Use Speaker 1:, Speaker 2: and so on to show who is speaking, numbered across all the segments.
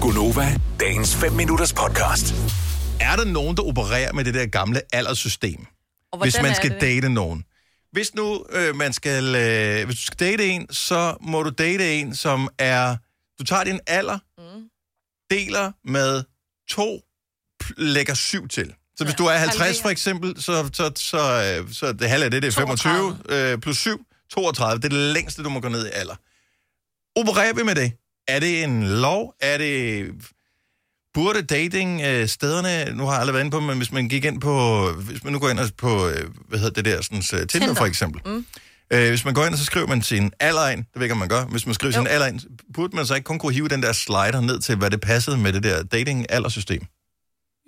Speaker 1: Gunova, dagens 5 minutters podcast.
Speaker 2: er der nogen, der opererer med det der gamle alderssystem?
Speaker 3: Og hvordan
Speaker 2: Hvis man
Speaker 3: er
Speaker 2: skal
Speaker 3: det?
Speaker 2: date nogen. Hvis nu øh, man skal, øh, hvis du skal date en, så må du date en, som er, du tager din alder, mm. deler med to, p- lægger syv til. Så hvis
Speaker 3: Ja,
Speaker 2: du er 50
Speaker 3: halvdeler.
Speaker 2: for eksempel, så, så, så, øh, så er det halve af det, det er 25 øh, plus 7, 32. Det er det længste, du må gå ned i alder. Opererer vi med det? Er det en lov? Er det burde dating øh, stederne, nu har jeg aldrig været inde på, dem, men hvis man gik ind på, hvis man nu går ind og på, øh, hvad hedder det der, sådan, øh, Tinder, Tinder for eksempel. Mm. Øh, hvis man går ind, og så skriver man sin alder ind, det ved jeg ikke, om man gør, hvis man skriver jo. sin alder ind, burde man så ikke kun kunne hive den der slider ned til, hvad det passede med det der dating-alderssystem.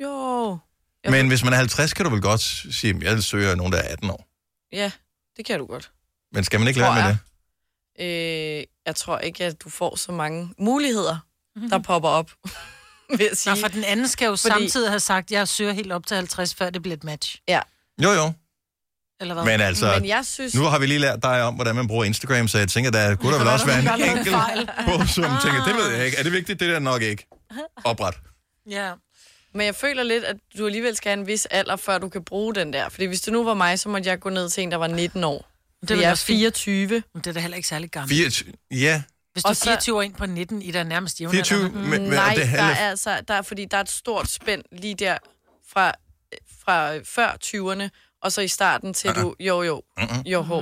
Speaker 3: Jo. Jo.
Speaker 2: Men hvis man er 50, kan du vel godt sige, at jeg søger nogen, der er 18 år.
Speaker 3: Ja, det kan du godt.
Speaker 2: Men skal man ikke
Speaker 3: Tror
Speaker 2: lade med
Speaker 3: jeg.
Speaker 2: det?
Speaker 3: Øh, jeg tror ikke, at du får så mange muligheder, der popper op, vil jeg sige.
Speaker 4: Mhm. Nå, for den anden skal jo
Speaker 3: Fordi-
Speaker 4: Fordi... samtidig have sagt, at jeg søger helt op til 50, før det bliver et match.
Speaker 3: Ja,
Speaker 2: Jo, jo.
Speaker 4: Eller hvad?
Speaker 2: Men altså,
Speaker 3: men jeg synes...
Speaker 2: Nu har vi lige lært dig om, hvordan man bruger Instagram, så jeg tænker, der kunne der vel også være
Speaker 4: nogen, der
Speaker 2: en
Speaker 4: har lavet
Speaker 2: enkelt på, som tænker, det ved jeg ikke. Er det vigtigt? Det der nok ikke. Opret.
Speaker 4: Ja.
Speaker 3: Men jeg føler lidt, at du alligevel skal have en vis alder, før du kan bruge den der. Fordi hvis det nu var mig, så måtte jeg gå ned til en, der var 19 år. Det
Speaker 4: ville
Speaker 3: jeg er
Speaker 4: også fint.
Speaker 3: 24.
Speaker 4: Men det er da heller ikke særlig gammelt.
Speaker 2: 24, ja,
Speaker 4: Hvis du
Speaker 3: Og
Speaker 4: er
Speaker 3: så-
Speaker 4: 24 år ind på 19, I er da nærmest jævn.
Speaker 2: 24,
Speaker 4: alder.
Speaker 2: men, men og
Speaker 3: Mm, Nej,
Speaker 2: det
Speaker 3: der
Speaker 2: handler,
Speaker 3: er altså, der er, fordi der er et stort spænd lige der fra, fra før 20'erne, og så i starten
Speaker 2: Uh-uh.
Speaker 3: til du, jo jo, jo ho,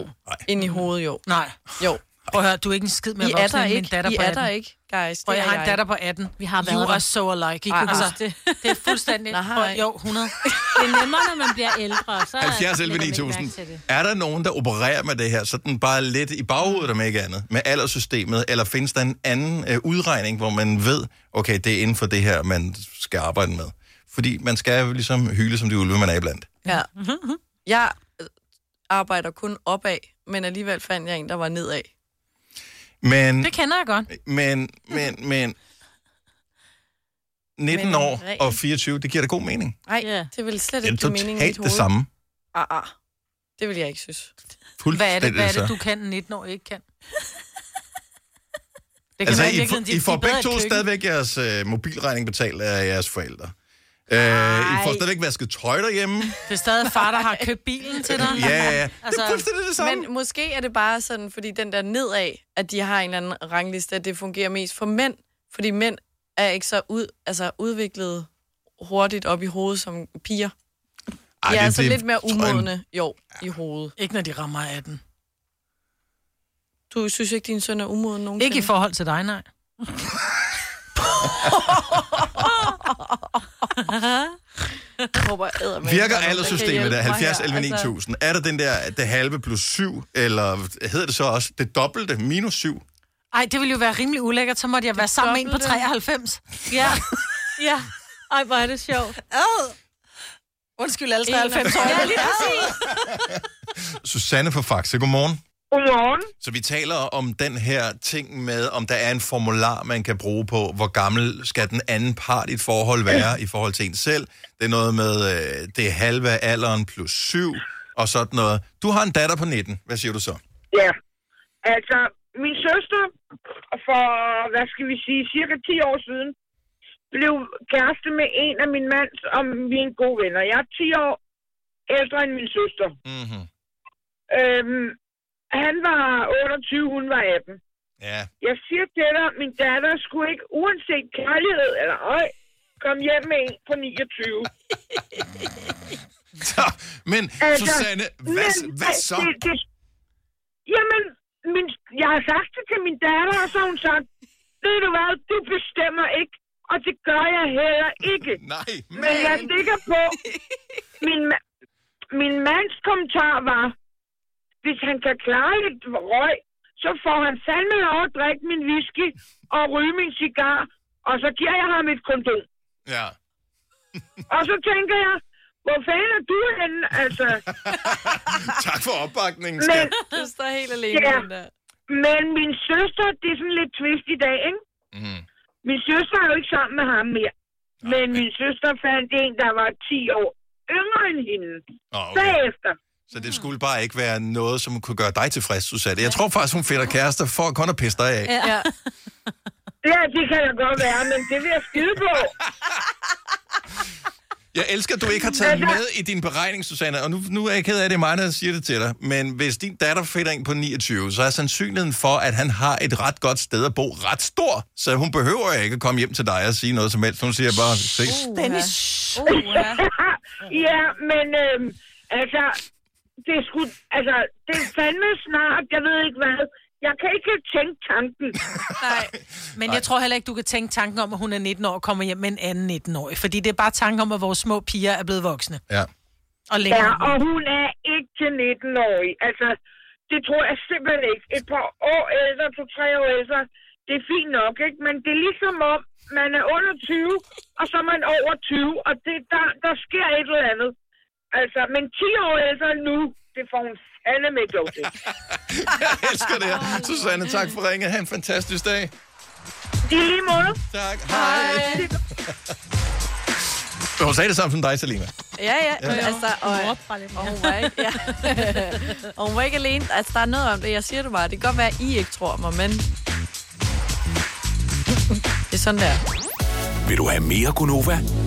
Speaker 3: ind i hovedet jo.
Speaker 4: Nej.
Speaker 3: Jo,
Speaker 4: Prøv at høre, du er ikke en skid med
Speaker 3: I er
Speaker 4: voksen
Speaker 3: der
Speaker 4: end min
Speaker 3: ikke,
Speaker 4: datter
Speaker 3: I
Speaker 4: på
Speaker 3: er
Speaker 4: 18.
Speaker 3: der ikke, guys.
Speaker 4: Og
Speaker 3: Det
Speaker 4: jeg
Speaker 3: er
Speaker 4: har en datter på 18.
Speaker 5: Vi har været
Speaker 4: You
Speaker 5: der.
Speaker 4: are so alike. I
Speaker 3: Ej,
Speaker 4: kunne
Speaker 3: altså,
Speaker 4: huske det. det er fuldstændig...
Speaker 3: Nej.
Speaker 4: Prøv- Jo, 100.
Speaker 5: Det er nemmere, når man bliver ældre. Så
Speaker 2: 70 11
Speaker 5: lægger man ikke mærke
Speaker 2: 9000.
Speaker 5: til det.
Speaker 2: Er der nogen, der opererer med det her, sådan bare lidt i baghovedet, om ikke andet, med alderssystemet, eller findes der en anden øh, udregning, hvor man ved, okay, det er inden for det her, man skal arbejde med? Fordi man skal jo ligesom hyle, som de ulve, man er iblandt.
Speaker 3: Ja.
Speaker 4: Mhm,
Speaker 3: Jeg øh, arbejder kun opad, men alligevel fandt jeg en, der var nedad.
Speaker 2: Men,
Speaker 4: Det kender jeg godt.
Speaker 2: men, men, men, 19
Speaker 3: Men
Speaker 2: år
Speaker 3: regel.
Speaker 2: og 24, det giver da god mening.
Speaker 3: Nej,
Speaker 5: Ja.
Speaker 3: det ville slet
Speaker 2: Det er
Speaker 3: ikke give mening i mit
Speaker 2: totalt
Speaker 3: hoved.
Speaker 2: det samme.
Speaker 3: Ah, ah. Det vil jeg ikke synes.
Speaker 4: Hvad er det,
Speaker 2: Fuldstændig
Speaker 4: hvad er det
Speaker 2: så.
Speaker 4: du kan, 19 år ikke kan? Det
Speaker 2: Altså,
Speaker 4: være
Speaker 2: I,
Speaker 4: virkeligheden, de-
Speaker 2: I
Speaker 4: de
Speaker 2: får
Speaker 4: er bedre
Speaker 2: begge
Speaker 4: i
Speaker 2: to
Speaker 4: køkken.
Speaker 2: stadigvæk jeres øh, mobilregning betalt af jeres forældre. Øh, I får stadigvæk vasket tøj derhjemme.
Speaker 4: Det er stadig far, der har købt bilen til dig.
Speaker 2: Ja, ja, ja.
Speaker 4: Altså,
Speaker 2: det er fuldstændig det samme.
Speaker 3: Men måske er det bare sådan, fordi den der nedad, at de har en eller anden rangliste, at det fungerer mest for mænd. Fordi mænd er ikke så ud, altså udviklet hurtigt op i hovedet som piger.
Speaker 2: Ej,
Speaker 3: De er altså lidt mere
Speaker 2: tror jeg-
Speaker 3: umodne, jo, i hovedet.
Speaker 4: Ikke når de rammer 18.
Speaker 3: Du synes ikke, din søn er umoden nogensinde?
Speaker 4: Ikke i forhold til dig, nej.
Speaker 3: Jeg håber, jeg æder med.
Speaker 2: Virker alderssystemet der 70 11
Speaker 4: altså.
Speaker 2: 9000? Er der den der det halve plus 7, eller hedder det så også det dobbelte minus 7?
Speaker 4: Ej, det ville jo være rimelig ulækkert. Så måtte jeg være sammen med en på
Speaker 5: dobbelte.
Speaker 4: 93.
Speaker 5: Ja. ja. Ej, hvor er det sjovt.
Speaker 4: Undskyld, alle 93 år.
Speaker 5: Ja, lige præcis.
Speaker 2: Susanne fra Faxe, godmorgen.
Speaker 6: Godmorgen.
Speaker 2: Så vi taler om den her ting med, om der er en formular, man kan bruge på, hvor gammel skal den anden part i et forhold være i forhold til en selv. Det er noget med øh, det halve af alderen plus 7 og sådan noget. Du har en datter på 19. Hvad siger du så?
Speaker 6: Ja. Altså, min søster for, hvad skal vi sige, cirka 10 år siden, blev kæreste med en af min mands, og vi er en god venner. Jeg er 10 år ældre end min søster.
Speaker 2: Mm-hmm.
Speaker 6: Øhm, han var 28, hun var 18.
Speaker 2: Ja.
Speaker 6: Jeg siger til dig, min datter skulle ikke, uanset kærlighed eller øj, komme hjem med en på 29.
Speaker 2: Så, men Susanne, hvad, hvad så?
Speaker 6: Altså, Det, det, jamen, min, jeg har sagt det til min datter, og så har hun sagt, ved du hvad, du bestemmer ikke, og det gør jeg heller ikke.
Speaker 2: Nej,
Speaker 6: Men jeg er sikker på, min, ma- min mands kommentar var, hvis han kan klare lidt røg, så får han fandme lov at drikke min whisky og ryge min cigar, og så giver jeg ham et kondom.
Speaker 2: Ja.
Speaker 6: Og så tænker jeg, hvor fanden er du henne? Altså,
Speaker 2: Tak for opbakningen,
Speaker 6: men,
Speaker 2: skat.
Speaker 3: Du Altså, står helt alene
Speaker 6: Ja.
Speaker 3: den der.
Speaker 6: Men min søster, det er sådan lidt twist i dag, ikke?
Speaker 2: Mm.
Speaker 6: Min søster er jo ikke sammen med ham mere. Men min søster fandt en, der var 10 år yngre end hende.
Speaker 2: Oh, okay.
Speaker 6: Bagefter.
Speaker 2: Så det skulle bare ikke være noget, som kunne gøre dig tilfreds, Susanne. Jeg tror faktisk, hun finder kærester for kun at pisse dig af.
Speaker 3: Ja.
Speaker 6: Ja, det kan da godt være, men det vil jeg skide på.
Speaker 2: Jeg elsker, at du ikke har taget med i din beregning, Susanne, og nu, nu er jeg ked af, at det er mig, der siger det til dig, men hvis din datter finder en på 29, så er sandsynligheden for, at han har et ret godt sted at bo ret stor, så hun behøver ikke at komme hjem til dig og sige noget som helst. Hun siger bare, ses.
Speaker 4: Dennis.
Speaker 6: ja, men øhm, altså, det er sgu, altså, det er fandme snart, jeg ved ikke hvad. Jeg kan ikke tænke tanken.
Speaker 4: Men jeg tror heller ikke, du kan tænke tanken om, at hun er 19 år og kommer hjem med en anden 19-årig. Fordi det er bare tanken om, at vores små piger er blevet voksne.
Speaker 2: Ja.
Speaker 4: Og
Speaker 6: Ja,
Speaker 4: længere.
Speaker 6: og hun er ikke til 19 år. Altså, det tror jeg simpelthen ikke. Et par år ældre, to-tre år ældre, det er fint nok, ikke? Men det er ligesom om, man er under 20, og så er man over 20, og det, der, der sker et eller andet. Altså, men 10 år ældre nu, det får hun fandeme ikke lov til.
Speaker 2: Jeg elsker det her. Susanne, tak for ringet. Ha' en fantastisk dag.
Speaker 6: I lige måde.
Speaker 2: Tak. Hej. Hun sagde det samme som dig, Selina.
Speaker 3: Ja, ja, men altså, og,
Speaker 5: Hun råbte bare lidt
Speaker 3: og
Speaker 5: mere.
Speaker 3: hun var ikke, ja. og hun var ikke alene. Altså, der er noget om det. Jeg siger det bare. Det kan godt være, at I ikke tror mig, men... Det er sådan der.
Speaker 1: Vil du have mere Gunova?